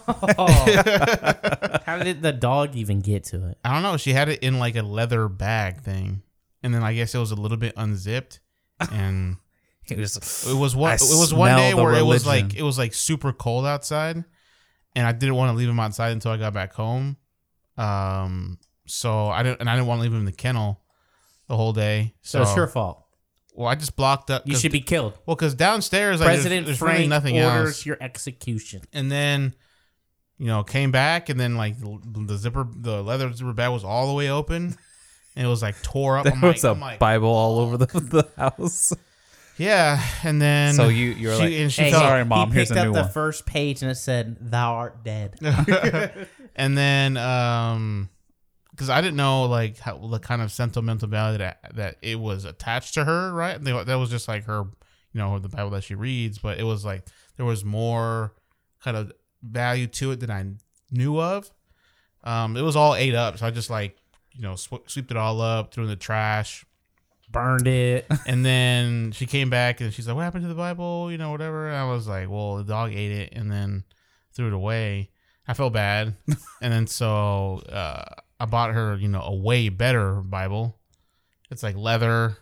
did the dog even get to it? I don't know. She had it in like a leather bag thing, and then I guess it was a little bit unzipped, and It was, it was one. I it was one smell day the where it was religion. like it was like super cold outside, and I didn't want to leave him outside until I got back home. Um, so I didn't, and I didn't want to leave him in the kennel the whole day. So So, it's your fault. Well, I Oh. just blocked up. You 'cause- should be killed. well because downstairs like, President there's, there's Frank really nothing orders else. your execution. and then you know came back and then like the, the zipper the leather zipper bag was all the way open and it was like tore up there I'm was like, a I'm like, Bible all over the, the house. yeah and then So you- you were she, like, and she Hey, felt- sorry, Mom, He here's picked a up new the one. first page and it said, "Thou art dead." and then um because I didn't know like how the kind of sentimental value that that it was attached to her, right? They- That was just like her, you know, the Bible that she reads, but it was like there was more kind of value to it than I knew of. Um, it was all ate up, so I just like you know sw- swept it all up, threw it in the trash, Burned it. and then she came back and she's like, "What happened to the Bible? You know, whatever." And I was like, "Well, the dog ate it and then threw it away." I felt bad, and then so uh, I bought her, you know, a way better Bible. It's like leather.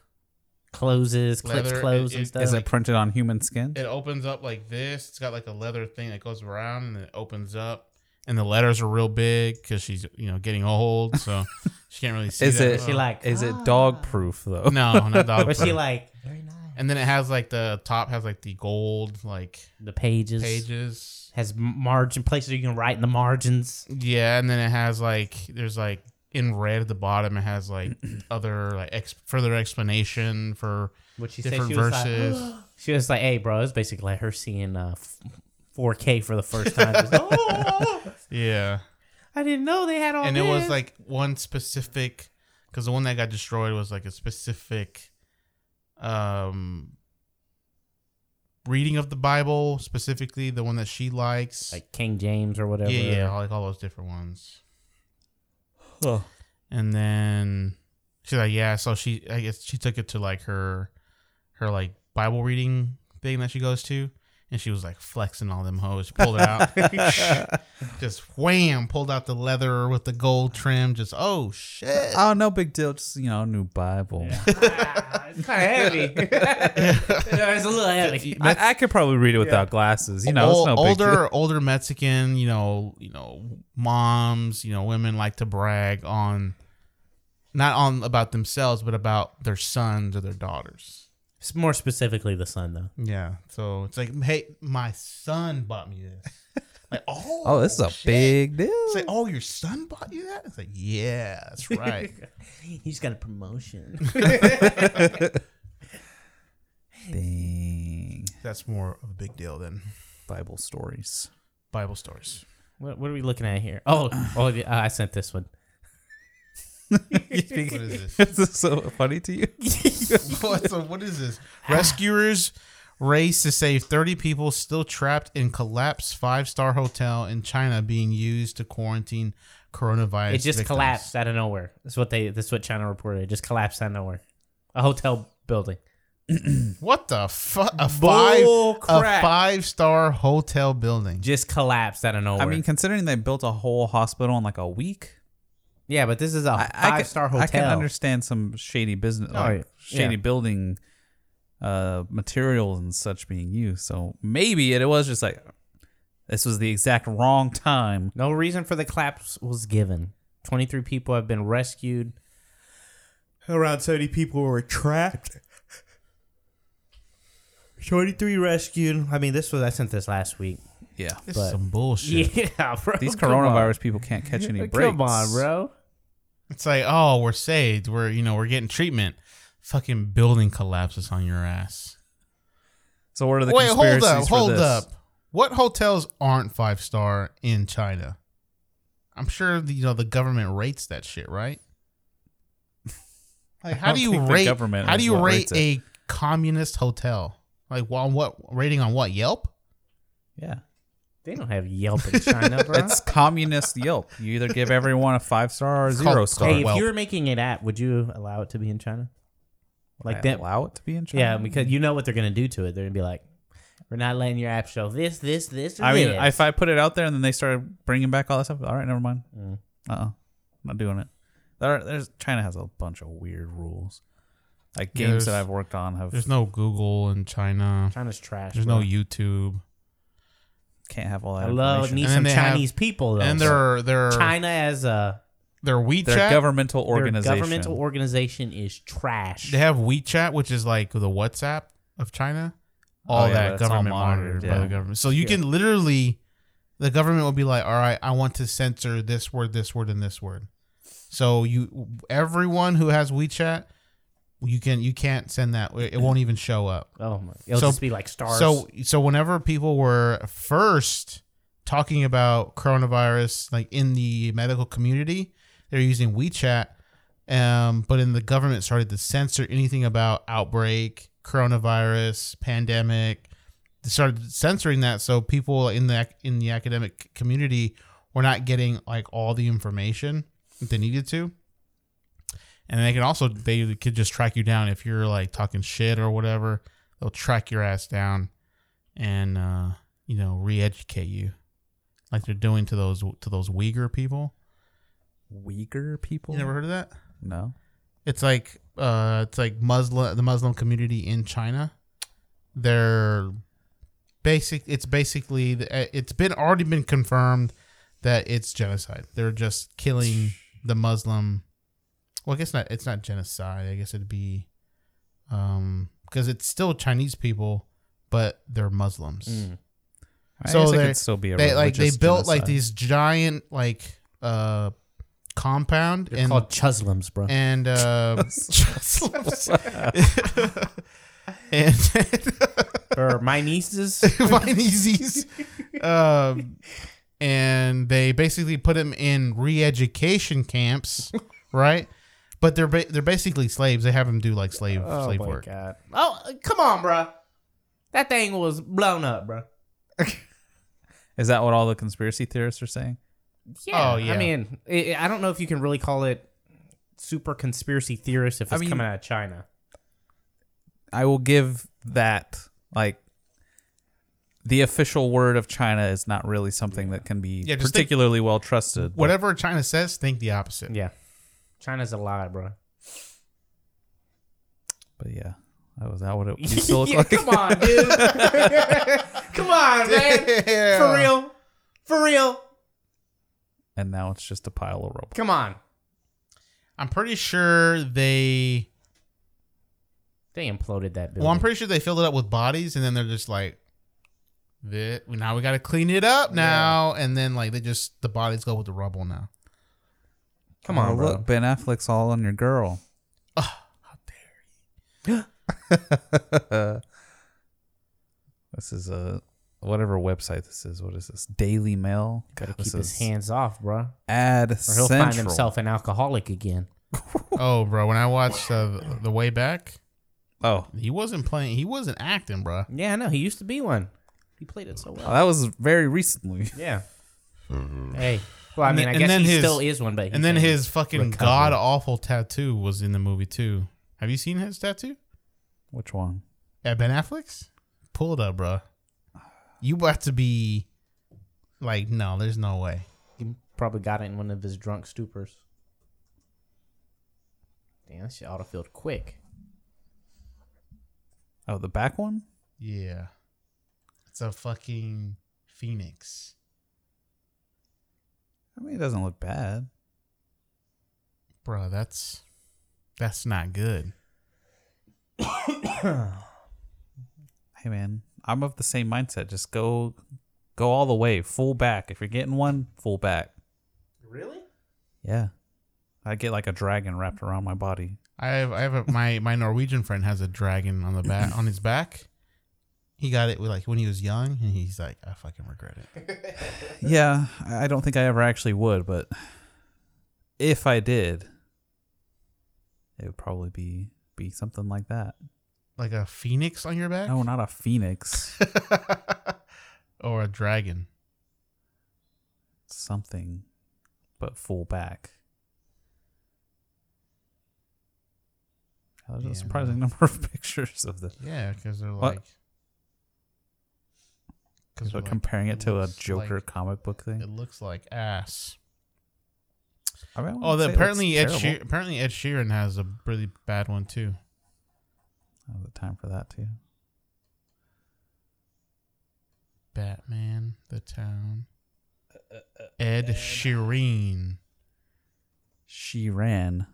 Closes. Clips Leather, close it- and it- stuff. Is it printed on human skin? It opens up like this. It's got like a leather thing that goes around and it opens up. And the letters are real big because she's, you know, getting old, so she can't really see. Is that it well. She like Is "Ah." it dog proof though? No, not dog. But she proof. like and then it has like the top has like the gold like the pages. pages. Has margin places you can write in the margins. Yeah, and then it has like there's like in red at the bottom. It has like other like ex- further explanation for What she said. different She was uh, like, verses. she was like, "Hey, bro, it's basically like her seeing uh, f- 4K for the first time." Just, "Oh, yeah, I didn't know they had all. and it was this." like one specific because the one that got destroyed was like a specific um reading of the Bible, specifically the one that she likes. like King James or whatever. yeah, yeah, all- like all those different ones. Huh. and then she's like, yeah. So she, I guess she took it to like her, her like Bible reading thing that she goes to, and she was like flexing all them hoes. She pulled it out, just wham, pulled out the leather with the gold trim. Just oh shit. Oh, no big deal. Just you know, new Bible. it's kind of heavy. it's a little heavy. I, I could probably read it without glasses. You know, it's Ol- no big deal. older older Mexican, you know, you know, moms, you know, women like to brag on, not on about themselves, but about their sons or their daughters. It's more specifically the sun though. Yeah. So it's like, hey, my son bought me this. like, oh, Oh, this is a shit. big deal. It's like, oh, your son bought you that? It's like, yeah, that's right. He's got a promotion. Dang. that's more of a big deal than Bible stories. Bible stories. what, what are we looking at here? Oh, oh, the- uh, I sent this one. What is this? is this so funny to you? What's a- what is this? Rescuers race to save 30 people still trapped in collapsed five-star hotel in China being used to quarantine coronavirus. It just victims. collapsed out of nowhere. That's what they. That's what China reported. It just collapsed out of nowhere. A hotel building. What the fuck? A five, Bull a crap. five star hotel building. Just collapsed out of nowhere. I mean, considering they built a whole hospital in like a week, yeah, but this is a I- I five star can, hotel. I can understand some shady business, Oh, like yeah. shady Yeah. building uh, materials and such being used. So maybe it was just like this was the exact wrong time. No reason for the claps was given. 23 people have been rescued. Around 70 people were trapped. 23 rescued. I mean, this was, I sent this last week. Yeah, This but- is some bullshit. Yeah, bro. these come on. coronavirus people can't catch any breaks. Come on, bro. It's like, oh, we're saved. We're you know we're getting treatment. Fucking building collapses on your ass. So what are the Wait, hold conspiracies up, for hold this? up. What hotels aren't five star in China? I'm sure the, you know the government rates that shit, right? Like, I how don't do you think the rate? government How is do you what rate rates a communist hotel? Like, well, on what rating on what Yelp? Yeah, They don't have Yelp in China, bro. it's communist Yelp. You either give everyone a five star or called zero star. hey, if Well- you were making an app, would you allow it to be in China? Like I that? allow it to be in China. Um, Yeah, because you know what they're gonna do to it. They're gonna be like, "We're not letting your app show this, this, this." or I mean, this." if I put it out there and then they started bringing back all that stuff, all right, never mind. Mm. Uh uh-uh, not doing it. There, there's China has a bunch of weird rules. Like Yeah, games that there's- I've worked on have There's no Google in China. China's trash. There's bro. no YouTube. can't have all that. I love information. need And then some they have- Chinese people though. And their their China as a their WeChat. Their governmental their organization. governmental organization is trash. They have WeChat, which is like the WhatsApp of China. All Oh, yeah, that that's all government monitored, monitored, by yeah. the government. So you can literally, the government will be like, "All right, I want to censor this word, this word, and this word." So you, everyone who has WeChat, you can you can't send that. It it won't even show up. oh my, it'll So- just be like stars. So so whenever people were first talking about coronavirus like in the medical community, they're using WeChat. Um, but in the government started to censor anything about outbreak, coronavirus, pandemic. They started censoring that so people in the ac- in the academic community were not getting like all the information that they needed to. And they can also they could just track you down if you're like talking shit or whatever. They'll track your ass down and uh, you know re-educate you, like they're doing to those to those Uyghur people. Uyghur people. You never heard of that? no. It's like uh, it's like Muslim the Muslim community in China. They're basic. It's basically the- it's been already been confirmed that it's genocide. They're just killing the Muslim. Well, I guess not. It's not genocide. I guess it'd be um because it's still Chinese people, but they're Muslims Mm. I so guess it they could still be a they like they religious built like genocide. these giant like uh compound they're and called chuslums, bro. and uh and or my nieces. find these um and they basically put them in re-education camps right but they're ba- they're basically slaves they have them do like slave slave work god! Oh come on, bro. That thing was blown up, bro. Is that what all the conspiracy theorists are saying? Yeah, Oh, yeah. I mean, i I don't know if you can really call it super conspiracy theorist if it's I mean- coming out of China. I will give that like the official word of China is not really something that can be Yeah, just think- particularly well trusted. but- whatever china says think the opposite Yeah, China's a lie, bro. But yeah, that was that what it used to look like. come on, dude. come on, man. For real, for real. And now it's just a pile of rope. Come on. i'm pretty sure they They imploded that building. Well, I'm pretty sure they filled it up with bodies, and then they're just like, "Th- now we got to clean it up now, and then like they just the bodies go with the rubble now. come on, Oh, bro. Ah, look, Ben Affleck's all on your girl. how dare you? this is a whatever website this is. What is this? Daily Mail. Gotta God, this keep his is hands off, bro, or Ad he'll Central. find himself an alcoholic again. oh, bro, when I watched uh, the, the way back, Oh, he wasn't playing, he wasn't acting, bro. Yeah, I know. He used to be one. He played it so well. oh, that was very recently. Yeah. hey. Well, I And mean, then- I and guess then he his- still is one, but And then he's- his fucking recovered. god awful tattoo was in the movie too. Have you seen his tattoo? Which one? At Ben Affleck's? Pull it up, bro. You about to be like, no, there's no way. He probably got it in one of his drunk stupors. Damn, that shit autofilled quick. Oh, the back one? Yeah. It's a fucking phoenix. I mean, it doesn't look bad. Bro, that's that's not good. Hey, man, I'm of the same mindset. Just go, go all the way, full back. If you're getting one, full back. Really? Yeah, I get like a dragon wrapped around my body. I have I have a, my my Norwegian friend has a dragon on the back on his back. He got it with like when he was young, and he's like, I fucking regret it. yeah, I I don't think I ever actually would, but if I did, it would probably be be something like that. Like a phoenix on your back? No, not a phoenix. or a dragon. something, but full back. There's Yeah, a surprising number of pictures of this. Yeah, because they're What? like. Because we're like, comparing it to a looks Joker like- comic book It thing. looks like ass. I mean, I wouldn't Oh, say the, it apparently Ed looks Sheer- terrible. apparently Ed Sheeran has a really bad one too. Oh, the time for that too. Batman, The Town, Ed Sheeran. She ran.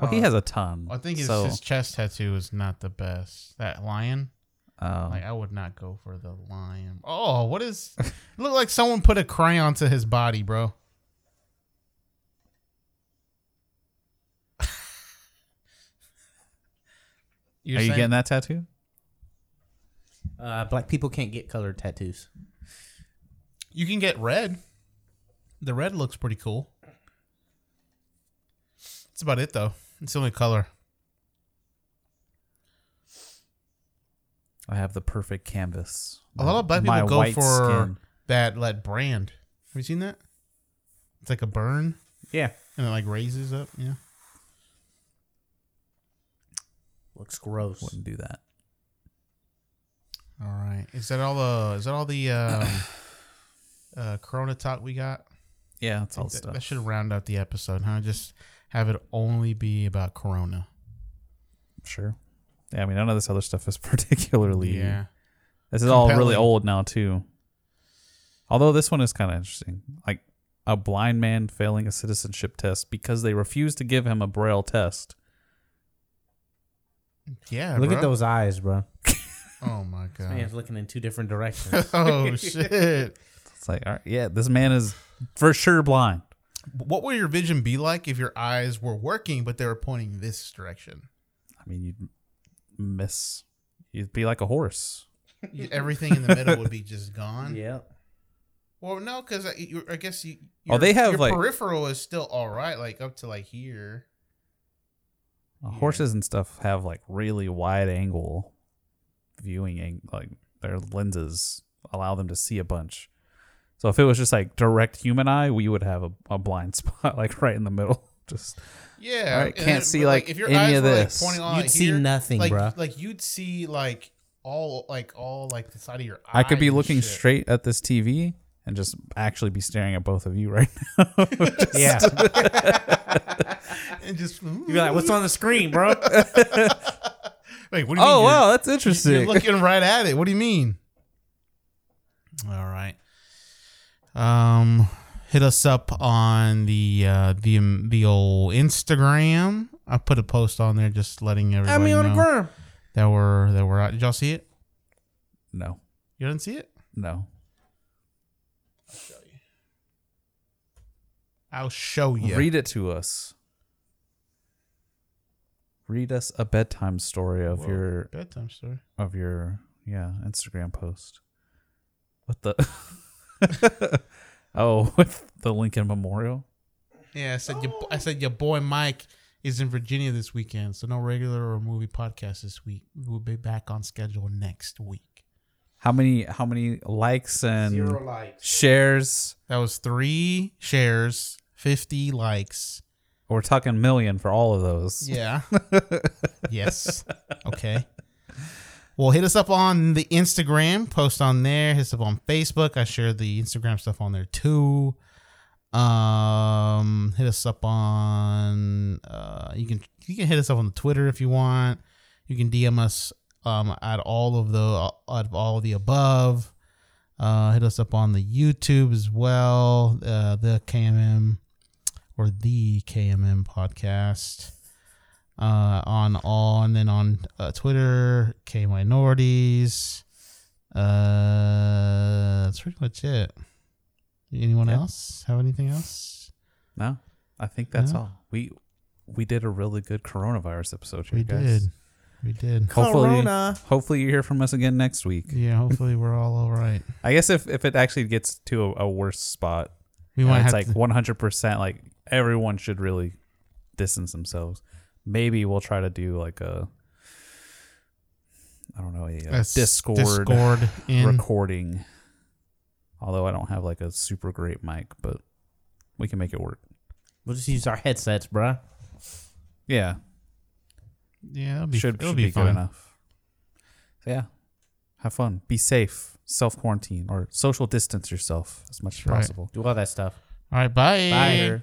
Well, he has a ton. Uh, I think his, so, his chest tattoo is not the best. That lion, um, like I would not go for the lion. Oh, what is? it looked like someone put a crayon to his body, bro. are you getting that tattoo? Uh, black people can't get colored tattoos. You can get red. The red looks pretty cool. That's about it, though. It's the only color. I have the perfect canvas. A lot of black My people go white for skin. that that brand. Have you seen that? It's like a burn, Yeah. and it like raises up. Yeah, Looks gross. Wouldn't do that. All right. Is that all the? Is that all the um, uh, Corona talk we got? Yeah, that's all the that, stuff. that should round out the episode, huh? Just have it only be about Corona. Sure. Yeah, I mean, none of this other stuff is particularly. Yeah. This is all really Compelling. old now too. Although this one is kind of interesting, like a blind man failing a citizenship test because they refused to give him a braille test. Yeah. Look bro. at those eyes, bro. Oh my This god. man's looking in two different directions. oh shit. It's like, all right, yeah, this man is for sure blind. What would your vision be like if your eyes were working but they were pointing this direction? I mean, you'd miss. You'd be like a horse. Everything in the middle would be just gone. yep. Well, no, because I, you- I guess you. Oh, they have, your like- peripheral is still all right, like up to like here. Uh, Horses and stuff have like really wide angle viewing, ang- like their lenses allow them to see a bunch. So if it was just like direct human eye, we would have a, a blind spot like right in the middle. Just Yeah, All right, and can't then- see, but, like, any of were, this. pointing all You'd out see here, nothing, like, bruh. Like you'd see like all like all like the side of your. I could eye be and looking shit. straight at this TV and just actually be staring at both of you right now. Just- Yeah. and just. You're like, what's on the screen, bro? Wait, what do you oh mean? you're- wow, that's interesting. You're looking right at it. What do you mean? All right. Um, hit us up on the uh, the the old Instagram. I put a post on there just letting everybody know that we're that we're out. Did y'all see it? no, You didn't see it? no. I'll show you. Read it to us. Read us a bedtime story of Whoa, your bedtime story. of your yeah Instagram post. What the? oh, with the Lincoln Memorial. Yeah, I said your, I said your boy Mike is in Virginia this weekend, so no regular or movie podcast this week. We'll be back on schedule next week. How many? How many likes and Zero likes. shares? That was three shares, 50 likes, We're talking million for all of those. Yeah. yes. Okay. Well, hit us up on the Instagram, post on there, hit us up on Facebook. I share the Instagram stuff on there too. Um, hit us up on uh, you can you can hit us up on the Twitter if you want. You can DM us um at all of the out of all of the above. Uh, hit us up on the YouTube as well. Uh, the KMM or the KMM podcast uh, on all, and then on uh, Twitter, K Minorities. Uh, that's pretty much it. Anyone else have anything else? No, I think that's No. all. We we did a really good coronavirus episode here, We guys. did. We did. Hopefully, Corona. hopefully you hear from us again next week. Yeah, hopefully we're all all right. I guess if, if it actually gets to a, a worse spot, We and might it's have like to- 100% like everyone should really distance themselves. Maybe we'll try to do like a I don't know, a, A a uh, s- Discord, Discord in- recording. Although I don't have like a super great mic, but we can make it work. We'll just use our headsets, bruh. Yeah. Yeah, it'll be should, it'll should be, be, good fine. enough. So yeah, have fun, be safe, self quarantine, or social distance yourself as much as Right. possible. Do all that stuff. All right, bye. Bye.